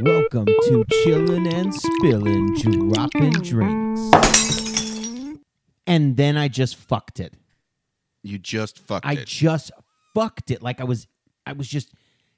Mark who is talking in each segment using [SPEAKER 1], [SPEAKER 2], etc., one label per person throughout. [SPEAKER 1] Welcome to Chillin' and Spillin', Droppin' Drinks. And then I just fucked it.
[SPEAKER 2] You just fucked
[SPEAKER 1] I
[SPEAKER 2] it.
[SPEAKER 1] just fucked it. Like I was, I was just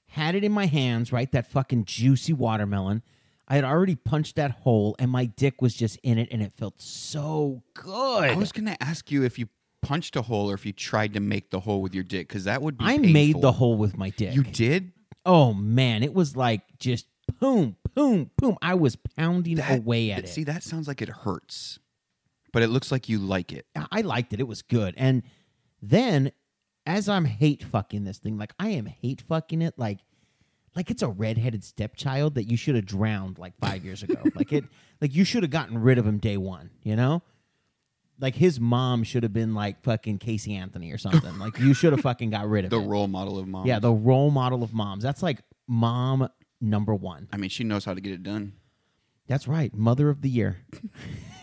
[SPEAKER 1] had it in my hands, right? That fucking juicy watermelon. I had already punched that hole, and my dick was just in it, and it felt so good.
[SPEAKER 2] I was going to ask you if you punched a hole or if you tried to make the hole with your dick because that would be.
[SPEAKER 1] I
[SPEAKER 2] painful.
[SPEAKER 1] made the hole with my dick.
[SPEAKER 2] You did.
[SPEAKER 1] oh man, it was like just boom, boom, boom. I was pounding
[SPEAKER 2] That-
[SPEAKER 1] away at it.
[SPEAKER 2] See, that sounds like it hurts, but it looks like you like it.
[SPEAKER 1] I- I liked it. It was good. And then as I'm hate fucking this thing, like I am hate fucking it, like like it's a redheaded stepchild that you should have drowned like five years ago. like it like you should have gotten rid of him day one, you know? Like his mom should have been like fucking Casey Anthony or something. like you should have fucking got rid of
[SPEAKER 2] The
[SPEAKER 1] it.
[SPEAKER 2] role model of mom.
[SPEAKER 1] yeah, the role model of moms. That's like mom number one.
[SPEAKER 2] I mean, she knows how to get it done.
[SPEAKER 1] That's right. Mother of the year.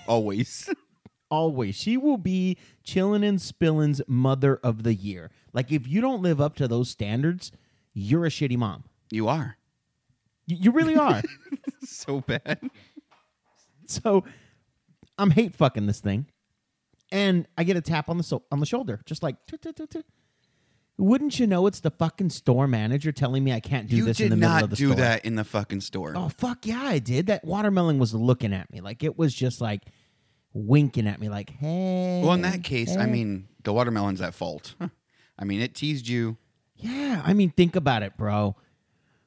[SPEAKER 2] Always.
[SPEAKER 1] always. She will be chillin' and spillin's mother of the year. Like if you don't live up to those standards, you're a shitty mom.
[SPEAKER 2] you are.
[SPEAKER 1] You, you really are.
[SPEAKER 2] So bad.
[SPEAKER 1] so I'm hate fucking this thing, and I get a tap on the so- on the shoulder, just like. tut, tut, tut, tut. Wouldn't you know? It's the fucking store manager telling me I can't do
[SPEAKER 2] you
[SPEAKER 1] this
[SPEAKER 2] did
[SPEAKER 1] in the middle
[SPEAKER 2] not
[SPEAKER 1] of the
[SPEAKER 2] do
[SPEAKER 1] store.
[SPEAKER 2] that in the fucking store.
[SPEAKER 1] Oh fuck yeah, I did. That watermelon was looking at me like it was just like winking at me, like hey.
[SPEAKER 2] well, in that case, I
[SPEAKER 1] hey.
[SPEAKER 2] mean, the watermelon's at fault. I mean, it teased you.
[SPEAKER 1] Yeah, I mean, think about it, bro.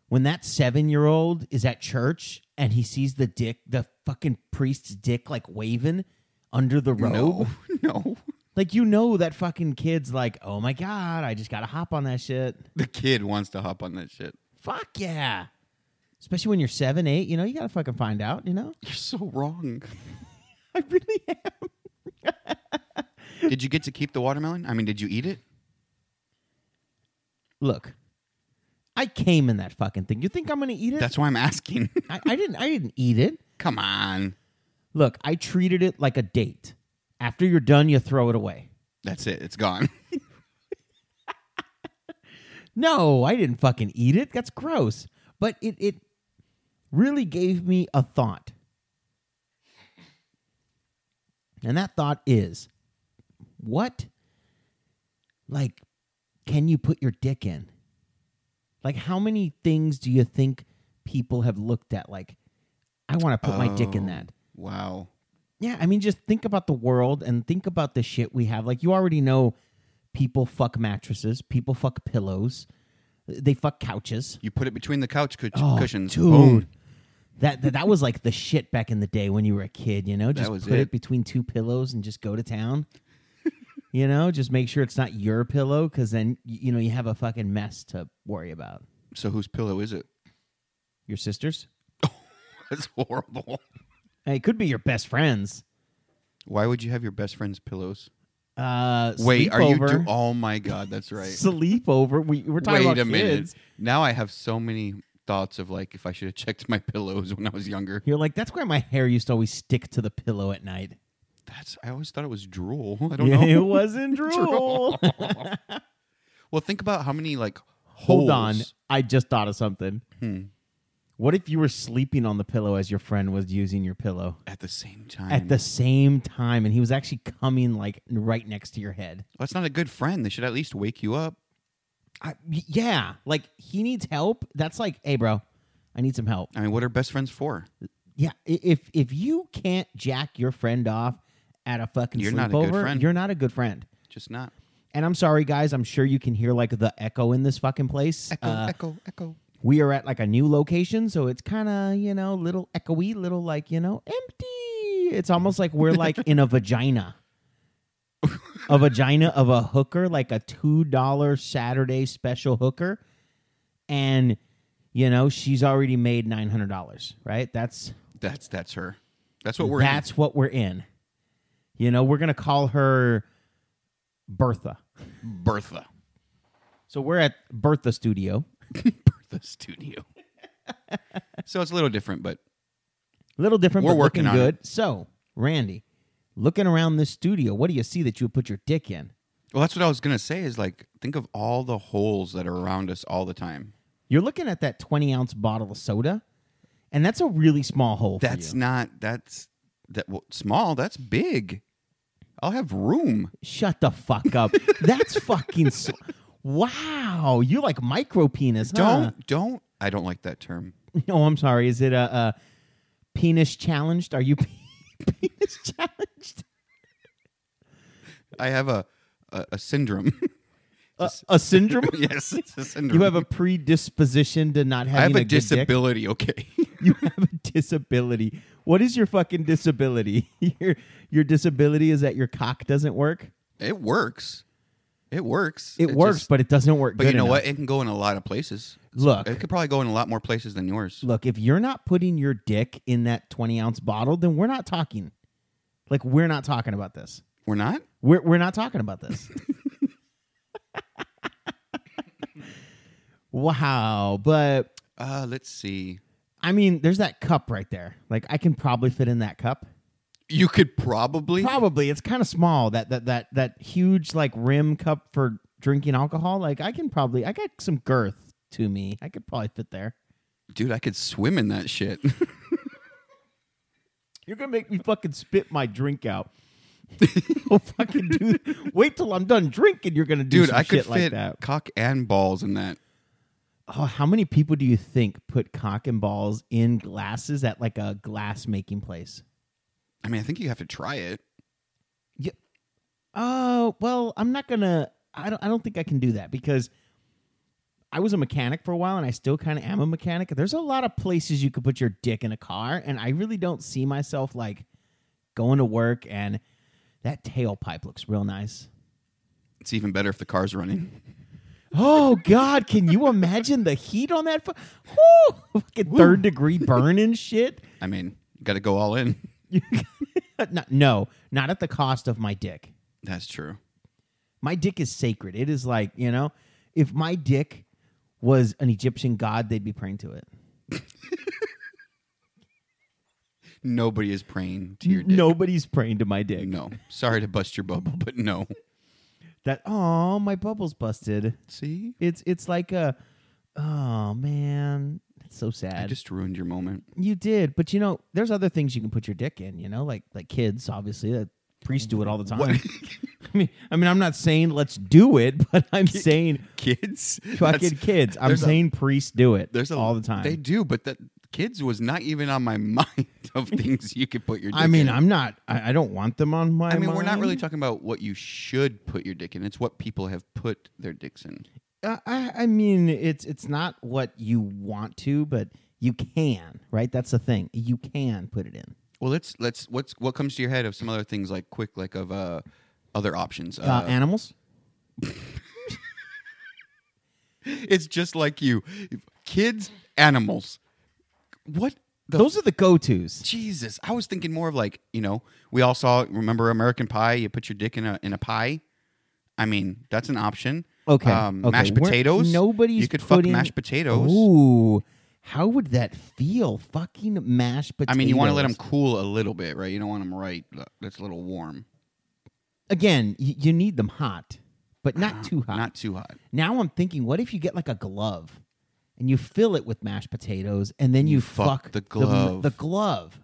[SPEAKER 1] When that seven year old is at church and he sees the dick, the fucking priest's dick, like waving under the robe,
[SPEAKER 2] No, no.
[SPEAKER 1] like you know that fucking kid's like, oh my god, I just gotta hop on that shit.
[SPEAKER 2] The kid wants to hop on that shit.
[SPEAKER 1] Fuck yeah. Especially when you're seven, eight, you know, you gotta fucking find out, you know?
[SPEAKER 2] You're so wrong.
[SPEAKER 1] I really am.
[SPEAKER 2] did you get to keep the watermelon? I mean, did you eat it?
[SPEAKER 1] Look, I came in that fucking thing. You think I'm gonna eat it?
[SPEAKER 2] That's why I'm asking.
[SPEAKER 1] I, I didn't I didn't eat it.
[SPEAKER 2] Come on.
[SPEAKER 1] Look, I treated it like a date. After you're done, you throw it away.
[SPEAKER 2] That's it. It's gone.
[SPEAKER 1] No, I didn't fucking eat it. That's gross. But it it really gave me a thought. And that thought is what like can you put your dick in? Like how many things do you think people have looked at like I want to put my dick in
[SPEAKER 2] Oh,
[SPEAKER 1] that?
[SPEAKER 2] Wow.
[SPEAKER 1] Yeah, I mean, just think about the world and think about the shit we have. Like, you already know people fuck mattresses, people fuck pillows, they fuck couches.
[SPEAKER 2] You put it between the couch cush-
[SPEAKER 1] Oh,
[SPEAKER 2] cushions.
[SPEAKER 1] dude.
[SPEAKER 2] Boom.
[SPEAKER 1] That, that that was like the shit back in the day when you were a kid, you know? Just
[SPEAKER 2] was
[SPEAKER 1] put it.
[SPEAKER 2] it.
[SPEAKER 1] between two pillows and just go to town. you know, just make sure it's not your pillow cuz then y- you know you have a fucking mess to worry about.
[SPEAKER 2] So whose pillow is it?
[SPEAKER 1] Your sisters?
[SPEAKER 2] That's horrible.
[SPEAKER 1] Hey, it could be your best friends.
[SPEAKER 2] Why would you have your best friend's pillows?
[SPEAKER 1] Uh
[SPEAKER 2] Wait, are you?
[SPEAKER 1] sleepover.
[SPEAKER 2] Do- oh my god, that's right.
[SPEAKER 1] Sleepover. We we're talking
[SPEAKER 2] Wait
[SPEAKER 1] about
[SPEAKER 2] a minute.
[SPEAKER 1] kids.
[SPEAKER 2] Now I have so many thoughts of like if I should have checked my pillows when I was younger.
[SPEAKER 1] You're like, that's why my hair used to always stick to the pillow at night.
[SPEAKER 2] That's I always thought it was drool. I don't
[SPEAKER 1] Yeah,
[SPEAKER 2] know.
[SPEAKER 1] It wasn't drool.
[SPEAKER 2] Well, think about how many like
[SPEAKER 1] Hold on.
[SPEAKER 2] holes-
[SPEAKER 1] I just thought of something.
[SPEAKER 2] Hmm.
[SPEAKER 1] What if you were sleeping on the pillow as your friend was using your pillow
[SPEAKER 2] at the same time.
[SPEAKER 1] at the same time and he was actually coming like right next to your head?
[SPEAKER 2] Well, that's not a good friend. They should at least wake you up.
[SPEAKER 1] I, y- yeah. Like he needs help. That's like, hey, bro, I need some help.
[SPEAKER 2] I mean, what are best friends for?
[SPEAKER 1] Yeah. i- If if you can't jack your friend off at a fucking
[SPEAKER 2] You're not a
[SPEAKER 1] sleepover,
[SPEAKER 2] good friend.
[SPEAKER 1] you're not a good friend.
[SPEAKER 2] Just not.
[SPEAKER 1] And I'm sorry, guys. I'm sure you can hear like the echo in this fucking place. Uh,
[SPEAKER 2] echo, echo.
[SPEAKER 1] we are at like a new location, so it's kind of you know little echoey, little like you know empty. It's almost like we're like in a vagina, a vagina of a hooker, like a two dollar Saturday special hooker, and you know she's already made nine hundred dollars. Right? That's
[SPEAKER 2] That's that's her. That's what we're. in.
[SPEAKER 1] that's what we're in. You know, we're gonna call her Bertha.
[SPEAKER 2] Bertha.
[SPEAKER 1] So we're at Bertha Studio.
[SPEAKER 2] Bertha Studio. so it's a little different, but
[SPEAKER 1] little different,
[SPEAKER 2] We're
[SPEAKER 1] but
[SPEAKER 2] working
[SPEAKER 1] looking
[SPEAKER 2] on
[SPEAKER 1] good. So, Randy, looking around this studio, what do you see that you would put your dick in?
[SPEAKER 2] well, that's what I was gonna say. Is like think of all the holes that are around us all the time.
[SPEAKER 1] You're looking at that 20 ounce bottle of soda, and that's a really small hole. for
[SPEAKER 2] That's
[SPEAKER 1] you.
[SPEAKER 2] not that's that well, small. That's big. I'll have room.
[SPEAKER 1] shut the fuck up. that's fucking. s wow, you're like micro penis. huh?
[SPEAKER 2] Don't don't. I don't like that term.
[SPEAKER 1] Oh, I'm sorry. Is it a, a penis challenged? Are you penis challenged?
[SPEAKER 2] I have a a, a syndrome.
[SPEAKER 1] A, a syndrome?
[SPEAKER 2] yes, it's a syndrome.
[SPEAKER 1] You have a predisposition to not having
[SPEAKER 2] I have a,
[SPEAKER 1] good dick?
[SPEAKER 2] disability. Okay.
[SPEAKER 1] You have a disability. What is your fucking disability? your your disability is that your cock doesn't work.
[SPEAKER 2] it works. It works.
[SPEAKER 1] It, works,
[SPEAKER 2] just-
[SPEAKER 1] but it doesn't work.
[SPEAKER 2] but
[SPEAKER 1] good
[SPEAKER 2] you know
[SPEAKER 1] enough.
[SPEAKER 2] what? It can go in a lot of places.
[SPEAKER 1] Look,
[SPEAKER 2] It could probably go in a lot more places than yours.
[SPEAKER 1] look. If you're not putting your dick in that 20 ounce bottle, then we're not talking. Like we're not talking about this.
[SPEAKER 2] We're not.
[SPEAKER 1] We're we're not talking about this. wow, but
[SPEAKER 2] Uh, let's see.
[SPEAKER 1] I mean, there's that cup right there. Like I can probably fit in that cup.
[SPEAKER 2] You could probably.
[SPEAKER 1] Probably. It's kind of small. That that that that huge like rim cup for drinking alcohol. Like I can probably I got some girth to me. I could probably fit there.
[SPEAKER 2] Dude, I could swim in that shit.
[SPEAKER 1] You're gonna make me fucking spit my drink out. I'll fucking do. Wait till I'm done drinking. You're gonna do
[SPEAKER 2] Dude,
[SPEAKER 1] some
[SPEAKER 2] I could
[SPEAKER 1] shit like
[SPEAKER 2] fit
[SPEAKER 1] that.
[SPEAKER 2] cock and balls in that.
[SPEAKER 1] Oh, how many people do you think put cock and balls in glasses at like a glass making place?
[SPEAKER 2] I mean, I think you have to try it.
[SPEAKER 1] Oh, well, I'm not gonna. I don't. I don't think I can do that because I was a mechanic for a while, and I still kind of am a mechanic. There's a lot of places you could put your dick in a car, and I really don't see myself like going to work and that tailpipe looks real nice.
[SPEAKER 2] It's even better if the car's running.
[SPEAKER 1] Oh God, can you imagine the heat on that? Fu- Whew, fucking third degree burn and shit.
[SPEAKER 2] I mean, you got to go all in.
[SPEAKER 1] Not- no, not at the cost of my dick.
[SPEAKER 2] That's true.
[SPEAKER 1] My dick is sacred. It is like, you know, if my dick was an Egyptian god, they'd be praying to it.
[SPEAKER 2] Nobody is praying to your dick.
[SPEAKER 1] Nobody's praying to my dick.
[SPEAKER 2] No. Sorry to bust your bubble, but no.
[SPEAKER 1] That oh, my bubble's busted.
[SPEAKER 2] See?
[SPEAKER 1] It's it's like a oh man. It's so
[SPEAKER 2] I
[SPEAKER 1] sad.
[SPEAKER 2] just ruined your moment.
[SPEAKER 1] you did, but you know, there's other things you can put your dick in, you know, like like kids, obviously. That priests do it all the time.
[SPEAKER 2] What?
[SPEAKER 1] I mean I mean I'm not saying let's do it, but I'm saying
[SPEAKER 2] kids?
[SPEAKER 1] fucking
[SPEAKER 2] That's-
[SPEAKER 1] kids. I'm
[SPEAKER 2] there's a-
[SPEAKER 1] saying priests do it
[SPEAKER 2] There's a,
[SPEAKER 1] all the time.
[SPEAKER 2] They do, but that kids was not even on my mind of things you could put your dick
[SPEAKER 1] I mean,
[SPEAKER 2] in.
[SPEAKER 1] I'm not. I, I don't want them on my.
[SPEAKER 2] I mean, we're not really
[SPEAKER 1] mind.
[SPEAKER 2] talking about what you should put your dick in. It's what people have put their dicks in.
[SPEAKER 1] I, I I mean, it's it's not what you want to, but you can, right? That's the thing. You can put it in.
[SPEAKER 2] Well, let's let's what's what comes to your head of some other things like quick like of uh other options. Uh,
[SPEAKER 1] Uh, animals.
[SPEAKER 2] it's just like you, kids, animals. What the
[SPEAKER 1] Those are the go tos.
[SPEAKER 2] Jesus? I was thinking more of like you know we all saw remember American Pie. You put your dick in a in a pie. I mean that's an option.
[SPEAKER 1] Okay.
[SPEAKER 2] Um,
[SPEAKER 1] okay.
[SPEAKER 2] Mashed
[SPEAKER 1] We're-
[SPEAKER 2] potatoes.
[SPEAKER 1] Nobody's
[SPEAKER 2] You could
[SPEAKER 1] putting,
[SPEAKER 2] fuck mashed potatoes.
[SPEAKER 1] Ooh, how would that feel? Fucking mashed
[SPEAKER 2] I
[SPEAKER 1] potatoes.
[SPEAKER 2] mean, you want to let them cool a little bit, right? You don't want them right. uh, That's a little warm,
[SPEAKER 1] again. You, you need them hot, but not too hot.
[SPEAKER 2] Uh, not too hot.
[SPEAKER 1] Now I'm thinking, what if you get like a glove and you fill it with mashed potatoes and then you,
[SPEAKER 2] fuck
[SPEAKER 1] fuck,
[SPEAKER 2] the
[SPEAKER 1] m-
[SPEAKER 2] glove.
[SPEAKER 1] The, glove.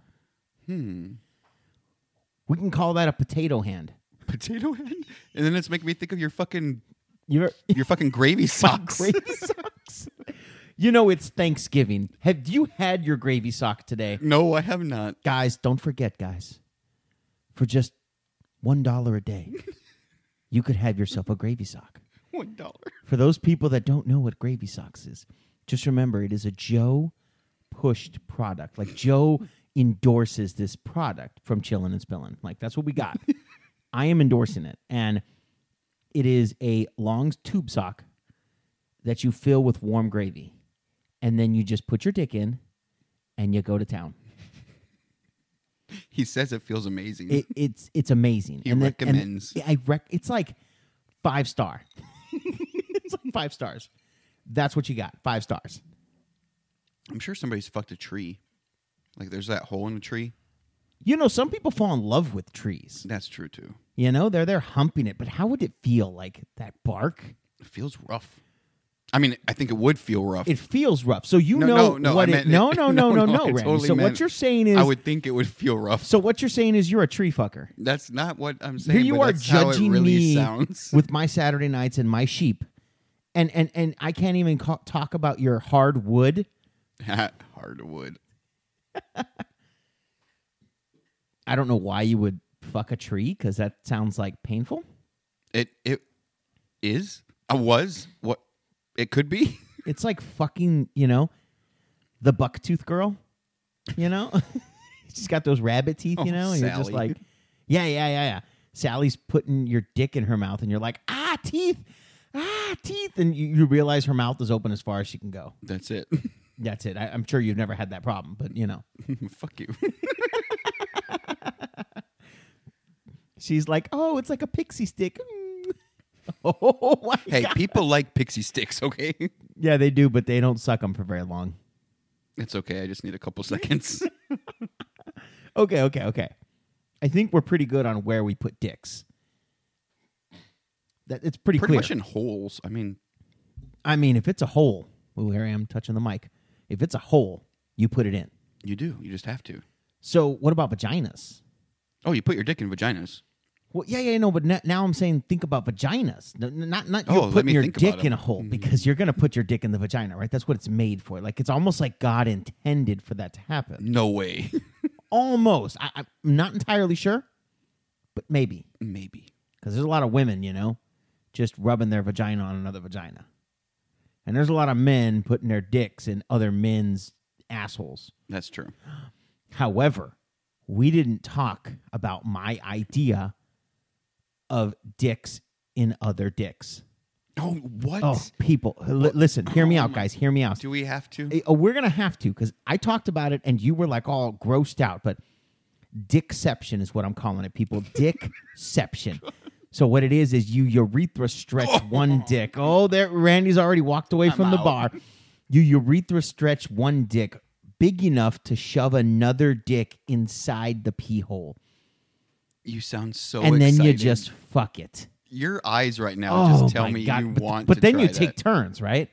[SPEAKER 2] Hmm.
[SPEAKER 1] We can call that a potato hand.
[SPEAKER 2] Potato head, and then it's making me think of your fucking
[SPEAKER 1] You're
[SPEAKER 2] your fucking gravy socks.
[SPEAKER 1] gravy socks. You know it's Thanksgiving. Have you had your gravy sock today?
[SPEAKER 2] No, I have not.
[SPEAKER 1] Guys, don't forget, guys. For just one dollar a day, you could have yourself a gravy sock.
[SPEAKER 2] One dollar.
[SPEAKER 1] For those people that don't know what gravy socks is, just remember it is a Joe pushed product. Like Joe endorses this product from Chillin' and Spillin'. Like that's what we got. I am endorsing it. And it is a long tube sock that you fill with warm gravy. And then you just put your dick in and you go to town.
[SPEAKER 2] He says it feels amazing.
[SPEAKER 1] It, it's it's amazing.
[SPEAKER 2] He
[SPEAKER 1] and then- and
[SPEAKER 2] recommends.
[SPEAKER 1] I rec- it's like five star. it's like five stars. That's what you got. Five stars.
[SPEAKER 2] I'm sure somebody's fucked a tree. Like there's that hole in the tree.
[SPEAKER 1] You know, some people fall in love with trees.
[SPEAKER 2] That's true too.
[SPEAKER 1] You know, they're there humping it, but how would it feel like that bark?
[SPEAKER 2] It feels rough. I mean, I think it would feel rough.
[SPEAKER 1] It feels rough. So you
[SPEAKER 2] No,
[SPEAKER 1] know
[SPEAKER 2] no, no,
[SPEAKER 1] what
[SPEAKER 2] I
[SPEAKER 1] it,
[SPEAKER 2] meant
[SPEAKER 1] no,
[SPEAKER 2] it-
[SPEAKER 1] no, no, no, no,
[SPEAKER 2] no, no, I
[SPEAKER 1] Randy.
[SPEAKER 2] totally
[SPEAKER 1] so what
[SPEAKER 2] meant-
[SPEAKER 1] you're saying
[SPEAKER 2] I
[SPEAKER 1] is
[SPEAKER 2] would think it would feel rough.
[SPEAKER 1] so what you're saying is you're a tree fucker.
[SPEAKER 2] That's not what I'm saying.
[SPEAKER 1] Here you
[SPEAKER 2] but
[SPEAKER 1] are
[SPEAKER 2] that's how it
[SPEAKER 1] judging
[SPEAKER 2] really
[SPEAKER 1] me
[SPEAKER 2] sounds.
[SPEAKER 1] with my Saturday nights and my sheep, and and and I can't even ca- talk about your hard wood.
[SPEAKER 2] Hardwood.
[SPEAKER 1] I don't know why you would fuck a tree because that sounds like painful.
[SPEAKER 2] It it is. I was what it could be.
[SPEAKER 1] It's like fucking you know, the bucktooth girl. You know, she's got those rabbit teeth.
[SPEAKER 2] Oh,
[SPEAKER 1] you know, and you're just
[SPEAKER 2] Sally.
[SPEAKER 1] like, yeah, yeah, yeah, yeah. Sally's putting your dick in her mouth, and you're like, ah, teeth, ah, teeth, and you, you realize her mouth is open as far as she can go.
[SPEAKER 2] That's it.
[SPEAKER 1] That's it. I, I'm sure you've never had that problem, but you know.
[SPEAKER 2] Fuck you.
[SPEAKER 1] She's like, oh, it's like a pixie stick. Mm. Oh my
[SPEAKER 2] Hey,
[SPEAKER 1] god!
[SPEAKER 2] people like pixie sticks. Okay,
[SPEAKER 1] Yeah, they do, but they don't suck them for very long.
[SPEAKER 2] it's okay. I just need a couple seconds.
[SPEAKER 1] Okay, okay, okay. I think we're pretty good on where we put dicks. That it's pretty,
[SPEAKER 2] Pretty
[SPEAKER 1] clear.
[SPEAKER 2] much in holes. I mean,
[SPEAKER 1] I mean, if it's a hole, ooh, here I am touching the mic. If it's a hole, you put it in.
[SPEAKER 2] you do. You just have to.
[SPEAKER 1] So what about vaginas?
[SPEAKER 2] Oh, you put your dick in vaginas.
[SPEAKER 1] Well, yeah, yeah, no, but n- now I'm saying think about vaginas. N- n- Not, not
[SPEAKER 2] Oh,
[SPEAKER 1] you
[SPEAKER 2] let
[SPEAKER 1] putting
[SPEAKER 2] me
[SPEAKER 1] your
[SPEAKER 2] think about
[SPEAKER 1] dick
[SPEAKER 2] it. Mm-hmm.
[SPEAKER 1] in a hole because you're gonna put your dick in the vagina, right? That's what it's made for. Like it's almost like God intended for that to happen.
[SPEAKER 2] No way.
[SPEAKER 1] almost. I, I'm not entirely sure, but maybe
[SPEAKER 2] Maybe.
[SPEAKER 1] because there's a lot of women, you know, just rubbing their vagina on another vagina, and there's a lot of men putting their dicks in other men's assholes.
[SPEAKER 2] That's true.
[SPEAKER 1] However, we didn't talk about my idea of dicks in other dicks.
[SPEAKER 2] Oh, what?
[SPEAKER 1] Oh, people, li- listen, hear me out, guys. Hear me out.
[SPEAKER 2] Do we have to?
[SPEAKER 1] Eh, oh, we're gonna have to because I talked about it and you were like all grossed out, but dickception is what I'm calling it, people. Dickception. So what it is is you urethra stretch one dick. Oh, there, Randy's already walked away from the
[SPEAKER 2] out.
[SPEAKER 1] bar. You urethra stretch one dick big enough to shove another dick inside the pee hole,
[SPEAKER 2] You sound so.
[SPEAKER 1] and then you
[SPEAKER 2] excited.
[SPEAKER 1] just fuck it.
[SPEAKER 2] your eyes right now
[SPEAKER 1] Oh
[SPEAKER 2] just tell
[SPEAKER 1] my
[SPEAKER 2] me
[SPEAKER 1] god!
[SPEAKER 2] you
[SPEAKER 1] but
[SPEAKER 2] want.
[SPEAKER 1] but
[SPEAKER 2] to
[SPEAKER 1] then
[SPEAKER 2] try
[SPEAKER 1] you take
[SPEAKER 2] that.
[SPEAKER 1] turns, right?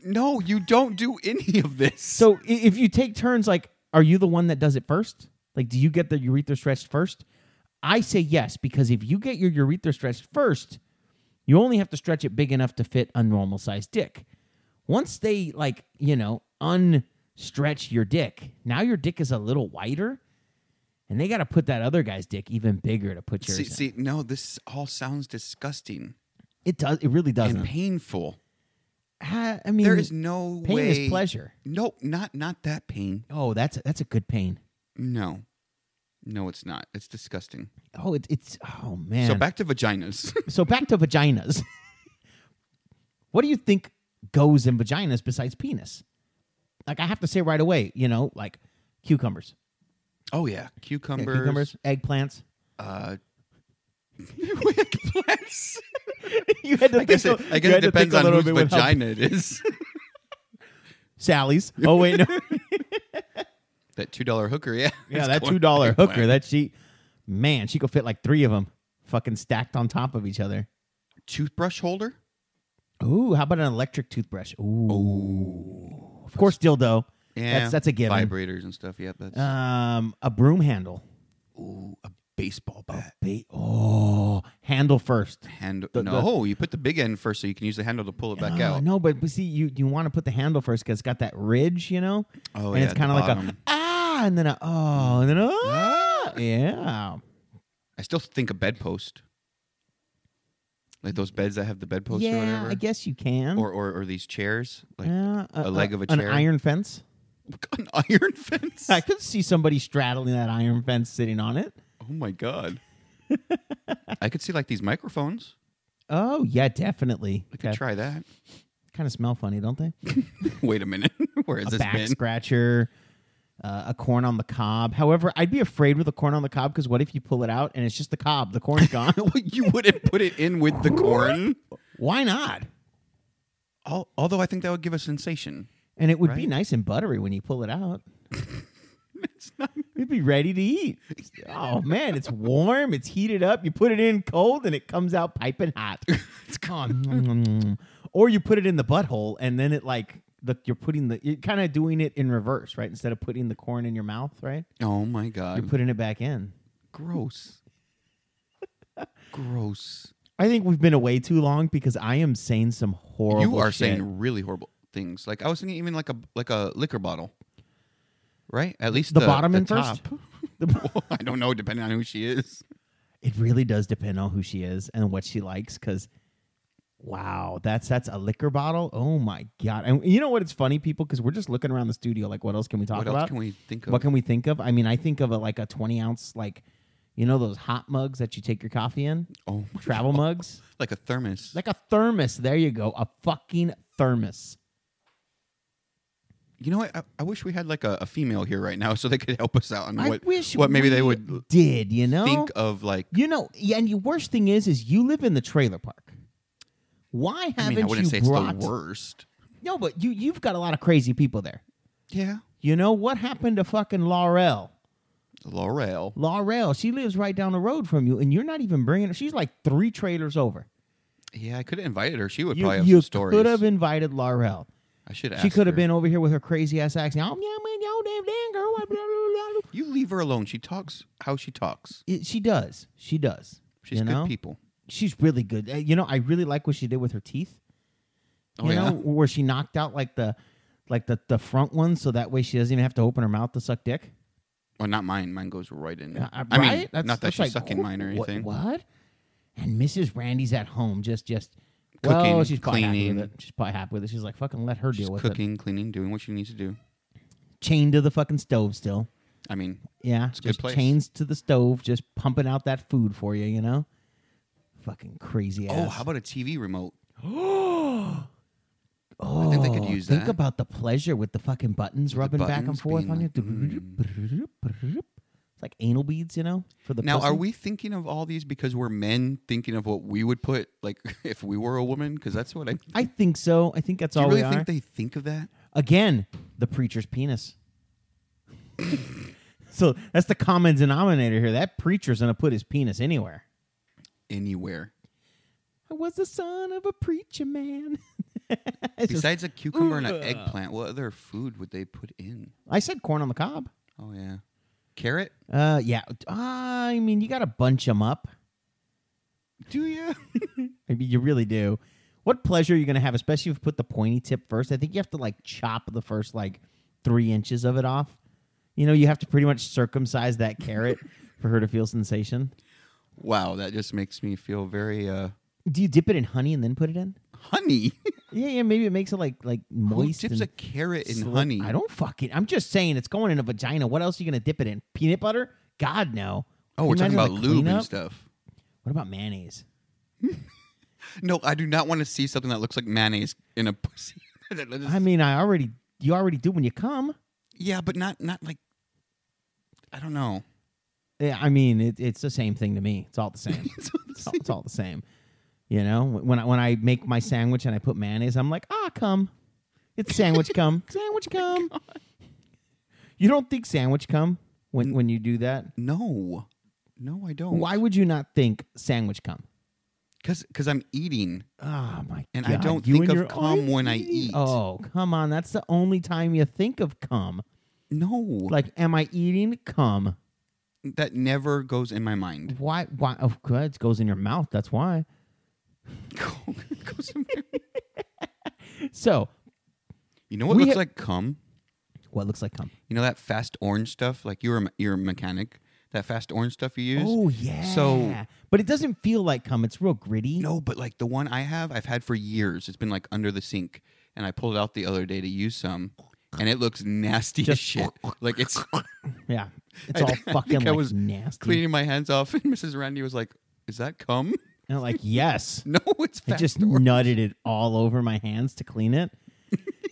[SPEAKER 2] no, you don't do any of this.
[SPEAKER 1] So i- if you take turns, like, are you the one that does it first? Like, do you get the urethra stretched first? I say yes because if you get your urethra stretched first, you only have to stretch it big enough to fit a normal sized dick. Once they like, you know, unstretch your dick, now your dick is a little wider, and they got to put that other guy's dick even bigger to put yours.
[SPEAKER 2] see,
[SPEAKER 1] in.
[SPEAKER 2] see, no, this all sounds disgusting
[SPEAKER 1] It does. It really
[SPEAKER 2] and
[SPEAKER 1] doesn't.
[SPEAKER 2] painful.
[SPEAKER 1] Ah, I mean,
[SPEAKER 2] There is no
[SPEAKER 1] pain
[SPEAKER 2] way.
[SPEAKER 1] is pleasure.
[SPEAKER 2] No, not not that pain.
[SPEAKER 1] Oh, that's that's a good pain.
[SPEAKER 2] No, no, it's not. It's disgusting.
[SPEAKER 1] Oh, it, it's oh man.
[SPEAKER 2] So back to vaginas.
[SPEAKER 1] so back to vaginas. what do you think goes in vaginas besides penis? Like I have to say right away, you know, like cucumbers,
[SPEAKER 2] oh yeah,
[SPEAKER 1] Yeah,
[SPEAKER 2] cucumbers.
[SPEAKER 1] cucumbers, eggplants.
[SPEAKER 2] Uh, plants.
[SPEAKER 1] you had to
[SPEAKER 2] I guess
[SPEAKER 1] think
[SPEAKER 2] it,
[SPEAKER 1] a-
[SPEAKER 2] I
[SPEAKER 1] you
[SPEAKER 2] guess
[SPEAKER 1] had
[SPEAKER 2] it
[SPEAKER 1] to think
[SPEAKER 2] depends
[SPEAKER 1] a
[SPEAKER 2] on
[SPEAKER 1] little
[SPEAKER 2] whose
[SPEAKER 1] bit with how-
[SPEAKER 2] vagina it is.
[SPEAKER 1] Sally's. Oh wait, no.
[SPEAKER 2] that two dollar hooker, yeah.
[SPEAKER 1] yeah,
[SPEAKER 2] It's
[SPEAKER 1] that
[SPEAKER 2] going
[SPEAKER 1] two dollar
[SPEAKER 2] eggplant.
[SPEAKER 1] hooker. That she, man, she could fit like three of them, fucking stacked on top of each other.
[SPEAKER 2] toothbrush holder.
[SPEAKER 1] Ooh, how about an electric toothbrush? Ooh, of course, dildo.
[SPEAKER 2] Yeah,
[SPEAKER 1] that's that's a given.
[SPEAKER 2] Vibrators and stuff. Yeah, that's
[SPEAKER 1] Um, a broom handle.
[SPEAKER 2] ooh, a baseball bat.
[SPEAKER 1] Ba- Oh, handle first.
[SPEAKER 2] Handle.
[SPEAKER 1] the-
[SPEAKER 2] no, oh, you put the big end first, so you can use the handle to pull it back
[SPEAKER 1] Oh,
[SPEAKER 2] out.
[SPEAKER 1] No, but, but see, you, you want to put the handle first because it's got that ridge, you know?
[SPEAKER 2] Oh,
[SPEAKER 1] and
[SPEAKER 2] yeah,
[SPEAKER 1] it's
[SPEAKER 2] at the
[SPEAKER 1] kind of like a,
[SPEAKER 2] bottom.
[SPEAKER 1] ah, and then a, oh, and then a, ah. Yeah.
[SPEAKER 2] I still think a bedpost, like those beds that have the bedpost or
[SPEAKER 1] yeah,
[SPEAKER 2] whatever,
[SPEAKER 1] I guess you can.
[SPEAKER 2] or or or these chairs, like
[SPEAKER 1] Yeah, a,
[SPEAKER 2] a leg of a
[SPEAKER 1] An
[SPEAKER 2] chair.
[SPEAKER 1] iron fence. Uh-huh.
[SPEAKER 2] an iron fence.
[SPEAKER 1] I could see somebody straddling that iron fence sitting on it.
[SPEAKER 2] oh my god! I could see like these microphones.
[SPEAKER 1] Oh, yeah, definitely.
[SPEAKER 2] I could try that.
[SPEAKER 1] Kind of smell funny, don't they?
[SPEAKER 2] Wait a minute, where has
[SPEAKER 1] a
[SPEAKER 2] this
[SPEAKER 1] back
[SPEAKER 2] been?
[SPEAKER 1] scratcher, uh, a corn on the cob. However, I'd be afraid with a corn on the cob because what if you pull it out and it's just the cob? The corn's gone.
[SPEAKER 2] Well, you wouldn't put it in with the corn.
[SPEAKER 1] Why not?
[SPEAKER 2] Al- Although I think that would give a sensation.
[SPEAKER 1] And it would be
[SPEAKER 2] Right?
[SPEAKER 1] nice and buttery when you pull it out.
[SPEAKER 2] It's not
[SPEAKER 1] It'd be ready to eat. Oh man, it's warm, Oh, it's heated up. You put it in cold and it comes out piping hot. It's gone. or you put it in the butthole and then it like the, you're putting the you're kind of doing it in reverse, right? Instead of putting the corn in your mouth, right?
[SPEAKER 2] Oh my god.
[SPEAKER 1] You're putting it back in.
[SPEAKER 2] Gross. Gross.
[SPEAKER 1] I think we've been away too long because I am saying some horrible.
[SPEAKER 2] you are
[SPEAKER 1] shit.
[SPEAKER 2] saying really horrible things. Like I was thinking even like a like a liquor bottle. Right? At least
[SPEAKER 1] the, bottom
[SPEAKER 2] the
[SPEAKER 1] and first.
[SPEAKER 2] top.
[SPEAKER 1] The-
[SPEAKER 2] I don't know depending on who she is.
[SPEAKER 1] it really does depend on who she is and what she likes because wow that's that's a liquor bottle oh my god and you know what it's funny people because we're just looking around the studio like what else can we talk
[SPEAKER 2] what
[SPEAKER 1] about
[SPEAKER 2] else can we think of?
[SPEAKER 1] what can we think of i mean i think of a, like a 20 ounce like you know those hot mugs that you take your coffee in
[SPEAKER 2] oh, my
[SPEAKER 1] travel
[SPEAKER 2] God.
[SPEAKER 1] mugs
[SPEAKER 2] Like a thermos.
[SPEAKER 1] like a thermos there you go a fucking thermos
[SPEAKER 2] you know what? I, I wish we had like a, a female here right now so they could help us out on
[SPEAKER 1] i
[SPEAKER 2] what
[SPEAKER 1] wish
[SPEAKER 2] what maybe they
[SPEAKER 1] we
[SPEAKER 2] would
[SPEAKER 1] did you know
[SPEAKER 2] think of like
[SPEAKER 1] You know, yeah, and the worst thing is, is you live in the trailer park. Why
[SPEAKER 2] I
[SPEAKER 1] haven't
[SPEAKER 2] mean, I wouldn't
[SPEAKER 1] you
[SPEAKER 2] say
[SPEAKER 1] brought?
[SPEAKER 2] it's the worst.
[SPEAKER 1] No, but you you've got a lot of crazy people there.
[SPEAKER 2] Yeah.
[SPEAKER 1] You know what happened to fucking Laurel?
[SPEAKER 2] L'Oreal.
[SPEAKER 1] Laurel, she lives right down the road from you, and you're not even bringing her. She's like three trailers over.
[SPEAKER 2] Yeah, I could have invited her. She would
[SPEAKER 1] You,
[SPEAKER 2] probably have
[SPEAKER 1] you
[SPEAKER 2] some stories.
[SPEAKER 1] could have invited Laurel.
[SPEAKER 2] I should ask
[SPEAKER 1] She could have
[SPEAKER 2] her.
[SPEAKER 1] been over here with her crazy ass accent. Oh, yeah, man, yo, damn, damn, girl. blah, blah, blah, blah."
[SPEAKER 2] You leave her alone. She talks how she talks.
[SPEAKER 1] It- she does. She does.
[SPEAKER 2] She's
[SPEAKER 1] you
[SPEAKER 2] good
[SPEAKER 1] know?
[SPEAKER 2] people.
[SPEAKER 1] She's really good. Uh, You know, I really like what she did with her teeth.
[SPEAKER 2] Oh,
[SPEAKER 1] you
[SPEAKER 2] yeah?
[SPEAKER 1] know, where she knocked out like the like the, the front one so that way she doesn't even have to open her mouth to suck dick.
[SPEAKER 2] Well, not mine. Mine goes right in.
[SPEAKER 1] Uh,
[SPEAKER 2] there.
[SPEAKER 1] uh,
[SPEAKER 2] I mean,
[SPEAKER 1] right? That's-
[SPEAKER 2] not that
[SPEAKER 1] that's
[SPEAKER 2] she's
[SPEAKER 1] like,
[SPEAKER 2] sucking
[SPEAKER 1] who-
[SPEAKER 2] mine or
[SPEAKER 1] what-
[SPEAKER 2] anything.
[SPEAKER 1] What, And Mrs. Randy's at home just just well,
[SPEAKER 2] Cooking,
[SPEAKER 1] she's probably happy with
[SPEAKER 2] cleaning.
[SPEAKER 1] it. She's probably happy with it. She's like, fucking let her
[SPEAKER 2] She's
[SPEAKER 1] deal with it.
[SPEAKER 2] cooking, cleaning, doing what she needs to do.
[SPEAKER 1] Chained to the fucking stove still.
[SPEAKER 2] I mean,
[SPEAKER 1] Yeah.
[SPEAKER 2] a good
[SPEAKER 1] just
[SPEAKER 2] place.
[SPEAKER 1] chains to the stove, just pumping out that food for you, you know? Fucking crazy ass.
[SPEAKER 2] oh, how about a TV remote?
[SPEAKER 1] Oh,
[SPEAKER 2] think they could use
[SPEAKER 1] think
[SPEAKER 2] that.
[SPEAKER 1] about the pleasure with the fucking buttons rubbing back and
[SPEAKER 2] buttons
[SPEAKER 1] forth
[SPEAKER 2] being
[SPEAKER 1] on you.
[SPEAKER 2] like,
[SPEAKER 1] It's like anal beads, you know, for the
[SPEAKER 2] Now,
[SPEAKER 1] pussy.
[SPEAKER 2] are we thinking of all these because we're men thinking of what we would put, like if we were a woman? Because that's what I. Do
[SPEAKER 1] I think so. I think that's
[SPEAKER 2] you
[SPEAKER 1] all
[SPEAKER 2] really
[SPEAKER 1] we
[SPEAKER 2] think
[SPEAKER 1] are.
[SPEAKER 2] they think of that?
[SPEAKER 1] Again, the preacher's penis. so that's the common denominator here. That preacher's gonna put his penis anywhere.
[SPEAKER 2] anywhere
[SPEAKER 1] I was the son of a preacher man. It's just-
[SPEAKER 2] besides a cucumber and an eggplant. What other food would they put in?
[SPEAKER 1] I said corn on the cob.
[SPEAKER 2] Oh yeah, carrot.
[SPEAKER 1] Uh, yeah. I mean, you gotta bunch them up.
[SPEAKER 2] Do you?
[SPEAKER 1] I mean, you really do. What pleasure are you going to have, especially if you put the pointy tip first? I think you have to like chop the first like three inches of it off. You know, you have to pretty much circumcise that carrot for her to feel sensation.
[SPEAKER 2] wow, that just makes me feel very uh,
[SPEAKER 1] Do you dip it in honey and then put it in?
[SPEAKER 2] honey.
[SPEAKER 1] Yeah, yeah, maybe it makes it like like
[SPEAKER 2] Who
[SPEAKER 1] moist.
[SPEAKER 2] dips
[SPEAKER 1] and
[SPEAKER 2] a carrot in
[SPEAKER 1] sli-
[SPEAKER 2] honey?
[SPEAKER 1] I don't fucking. I'm just saying it's going in a vagina. What else are you going to dip it in? Peanut butter? God no.
[SPEAKER 2] Oh,
[SPEAKER 1] Can
[SPEAKER 2] we're
[SPEAKER 1] you
[SPEAKER 2] talking
[SPEAKER 1] imagine
[SPEAKER 2] about
[SPEAKER 1] the
[SPEAKER 2] lube
[SPEAKER 1] cleanup?
[SPEAKER 2] and stuff.
[SPEAKER 1] What about mayonnaise?
[SPEAKER 2] No, I do not want to see something that looks like mayonnaise in a pussy. That just-
[SPEAKER 1] I mean, I already you already do when you come.
[SPEAKER 2] yeah, but not not like. I don't know.
[SPEAKER 1] Yeah, I mean, it, it's the same thing to me. It's all the same.
[SPEAKER 2] It's all the
[SPEAKER 1] It's all, it's all the same. You know, when I when I make my sandwich and I put mayonnaise, I'm like, ah, come, it's sandwich come, sandwich
[SPEAKER 2] Oh
[SPEAKER 1] come. You don't think sandwich come when when you do that?
[SPEAKER 2] No, no, I don't.
[SPEAKER 1] Why would you not think sandwich come?
[SPEAKER 2] Because because I'm eating.
[SPEAKER 1] Oh my
[SPEAKER 2] And
[SPEAKER 1] god!
[SPEAKER 2] I don't
[SPEAKER 1] you
[SPEAKER 2] think
[SPEAKER 1] and
[SPEAKER 2] of
[SPEAKER 1] your
[SPEAKER 2] cum
[SPEAKER 1] own
[SPEAKER 2] when I eat.
[SPEAKER 1] Oh come on, that's the only time you think of cum.
[SPEAKER 2] No,
[SPEAKER 1] Like, am I eating cum?
[SPEAKER 2] that never goes in my mind.
[SPEAKER 1] Why? Why? Oh, good. It goes in your mouth. That's why.
[SPEAKER 2] Goes in my-
[SPEAKER 1] So,
[SPEAKER 2] you know what
[SPEAKER 1] We
[SPEAKER 2] looks
[SPEAKER 1] ha-
[SPEAKER 2] like cum?
[SPEAKER 1] what looks like cum?
[SPEAKER 2] You know that fast orange stuff? Like you're a, me- you're a mechanic. That fast orange stuff you use?
[SPEAKER 1] Oh yeah.
[SPEAKER 2] So-
[SPEAKER 1] but it doesn't feel like cum. It's real gritty.
[SPEAKER 2] No, but like the one I have, I've had for years. It's been like under the sink, and I pulled it out the other day to use some, and it looks nasty as
[SPEAKER 1] Just-
[SPEAKER 2] shit. Like it's
[SPEAKER 1] Yeah. It's
[SPEAKER 2] I
[SPEAKER 1] all
[SPEAKER 2] th- I
[SPEAKER 1] fucking
[SPEAKER 2] think I
[SPEAKER 1] like
[SPEAKER 2] was
[SPEAKER 1] nasty.
[SPEAKER 2] cleaning my hands off, and Mrs. Randy was like, "Is that cum?"
[SPEAKER 1] And like, yes.
[SPEAKER 2] No, it's
[SPEAKER 1] I
[SPEAKER 2] fast
[SPEAKER 1] just
[SPEAKER 2] orange.
[SPEAKER 1] nutted it all over my hands to clean it.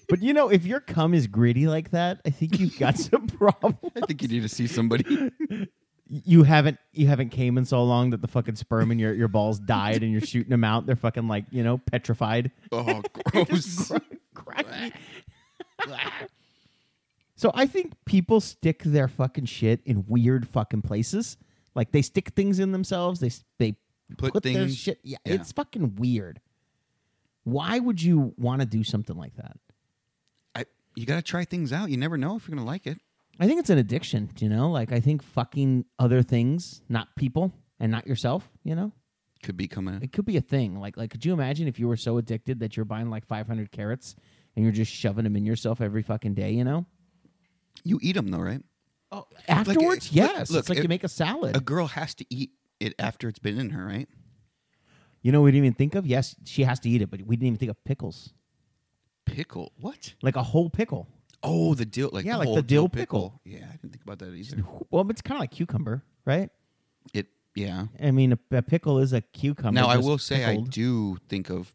[SPEAKER 1] but you know, if your cum is gritty like that, I think you've got some problem.
[SPEAKER 2] I think you need to see somebody.
[SPEAKER 1] You haven't you haven't came in so long that the fucking sperm in your, your balls died and you're shooting them out. They're fucking like, you know, petrified.
[SPEAKER 2] Oh, gross!
[SPEAKER 1] Grimy. so I think people stick their fucking shit in weird fucking places. Like they stick things in themselves. They s- they
[SPEAKER 2] Put
[SPEAKER 1] their
[SPEAKER 2] things-
[SPEAKER 1] shit. Yeah,
[SPEAKER 2] yeah.
[SPEAKER 1] it's fucking weird. Why would you want to do something like that?
[SPEAKER 2] I, you got to try things out. You never know if you're going to like it.
[SPEAKER 1] I think it's an addiction, you know? Like I think fucking other things, not people and not yourself, you know?
[SPEAKER 2] Could be coming.
[SPEAKER 1] It could be a thing. Like like could you imagine if you were so addicted that you're buying like 500 carrots and you're just shoving them in yourself every fucking day, you know?
[SPEAKER 2] You eat them though, right?
[SPEAKER 1] Oh, afterwards,
[SPEAKER 2] it-
[SPEAKER 1] yes.
[SPEAKER 2] look,
[SPEAKER 1] it's like
[SPEAKER 2] it-
[SPEAKER 1] you make a salad.
[SPEAKER 2] A girl has to eat it after it's been in her, right?
[SPEAKER 1] you know what we didn't even think of? Yes, she has to eat it, but we didn't even think of pickles.
[SPEAKER 2] Pickle. What?
[SPEAKER 1] Like a whole pickle.
[SPEAKER 2] Oh, the dill. Like
[SPEAKER 1] Yeah,
[SPEAKER 2] the
[SPEAKER 1] like the
[SPEAKER 2] whole
[SPEAKER 1] dill
[SPEAKER 2] Yeah, I didn't think about that either.
[SPEAKER 1] Well, it's kind of like cucumber, right?
[SPEAKER 2] It. Yeah.
[SPEAKER 1] I mean, a, a pickle is a cucumber.
[SPEAKER 2] Now I
[SPEAKER 1] just
[SPEAKER 2] will say I
[SPEAKER 1] pickled.
[SPEAKER 2] do think of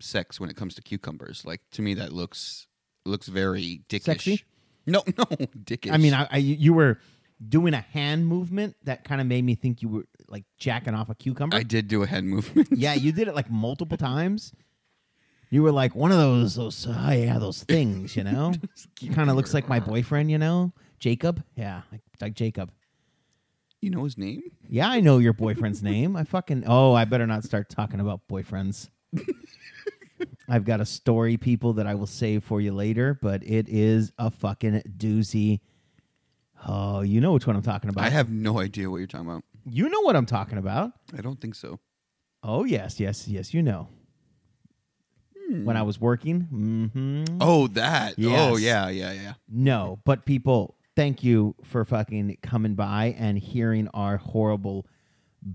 [SPEAKER 2] sex when it comes to cucumbers. Like to me, that looks looks very dickish.
[SPEAKER 1] Sexy?
[SPEAKER 2] No, no, dickish.
[SPEAKER 1] I mean, I, I you were doing a hand movement that kind of made me think you were like jacking off a cucumber.
[SPEAKER 2] I did do a head movement.
[SPEAKER 1] yeah, you did it like multiple times. You were like one of those those oh yeah those things, you know. kind of looks like my boyfriend, you know, Jacob. Yeah, like, like Jacob.
[SPEAKER 2] You know his name?
[SPEAKER 1] Yeah, I know your boyfriend's name. I fucking oh, I better not start talking about boyfriends. I've got a story, people, that I will save for you later, but it is a fucking doozy. Oh, you know which one I'm talking about.
[SPEAKER 2] I have no idea what you're talking about.
[SPEAKER 1] you know what I'm talking about.
[SPEAKER 2] I don't think so.
[SPEAKER 1] Oh yes, yes, yes, you know. When I was working, hmm
[SPEAKER 2] Oh, that. Oh,
[SPEAKER 1] Yes.
[SPEAKER 2] yeah, yeah, yeah.
[SPEAKER 1] No, but people, thank you for fucking coming by and hearing our horrible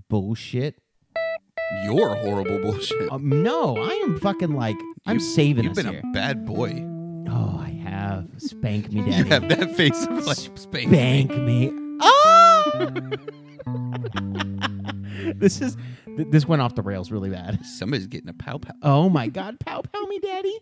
[SPEAKER 1] bullshit.
[SPEAKER 2] You're horrible bullshit.
[SPEAKER 1] Um, no, I am fucking like I'm saving
[SPEAKER 2] You've
[SPEAKER 1] us
[SPEAKER 2] been
[SPEAKER 1] here.
[SPEAKER 2] a bad boy.
[SPEAKER 1] oh, I have spank me,
[SPEAKER 2] You
[SPEAKER 1] daddy.
[SPEAKER 2] have that face of like space.
[SPEAKER 1] Spank me. Ah! this is th- this went off the rails really bad.
[SPEAKER 2] Somebody's getting a pow pow.
[SPEAKER 1] Oh my god, pow pow me, daddy.